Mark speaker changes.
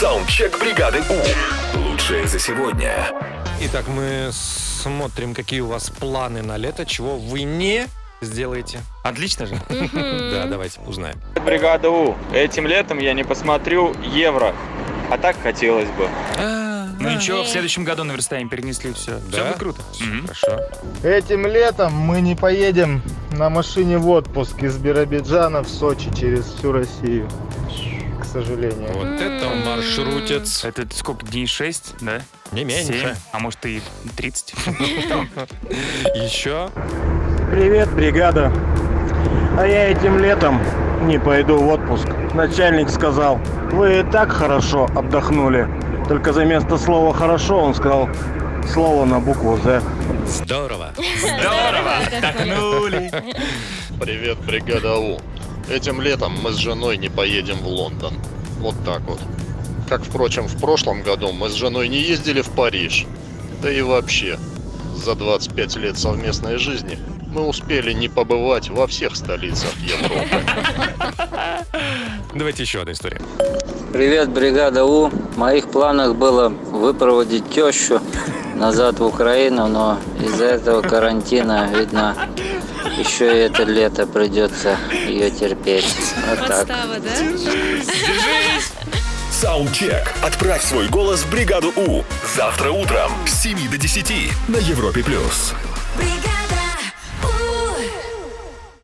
Speaker 1: Саундчек бригады У. Лучшее за сегодня.
Speaker 2: Итак, мы смотрим, какие у вас планы на лето, чего вы не сделаете. Отлично же? Да, давайте узнаем.
Speaker 3: Бригада У. Этим летом я не посмотрю евро. А так хотелось бы.
Speaker 4: Ну ничего, в следующем году наверстаем, перенесли все. Все
Speaker 2: Да?
Speaker 4: будет круто.
Speaker 2: Всё Хорошо.
Speaker 5: Этим летом мы не поедем на машине в отпуск из Биробиджана в Сочи через всю Россию. К сожалению.
Speaker 2: Вот это маршрутец.
Speaker 4: Это сколько дней? Шесть, да?
Speaker 2: Не
Speaker 4: Семь,
Speaker 2: меньше.
Speaker 4: а может и 30.
Speaker 2: Еще.
Speaker 6: Привет, бригада. А я этим летом не пойду в отпуск. Начальник сказал, вы и так хорошо отдохнули. Только за место слова «хорошо» он сказал слово на букву «З».
Speaker 2: Здорово.
Speaker 4: Здорово! Отдохнули!
Speaker 7: Привет, бригада У. Этим летом мы с женой не поедем в Лондон. Вот так вот. Как, впрочем, в прошлом году мы с женой не ездили в Париж. Да и вообще, за 25 лет совместной жизни мы успели не побывать во всех столицах Европы.
Speaker 2: Давайте еще одна история.
Speaker 8: Привет, бригада У. В моих планах было выпроводить тещу назад в Украину, но из-за этого карантина, видно, еще и это лето придется ее терпеть. Вот так.
Speaker 9: Подстава, да?
Speaker 1: Саундчек. Отправь свой голос в бригаду У. Завтра утром с 7 до 10 на Европе+. плюс.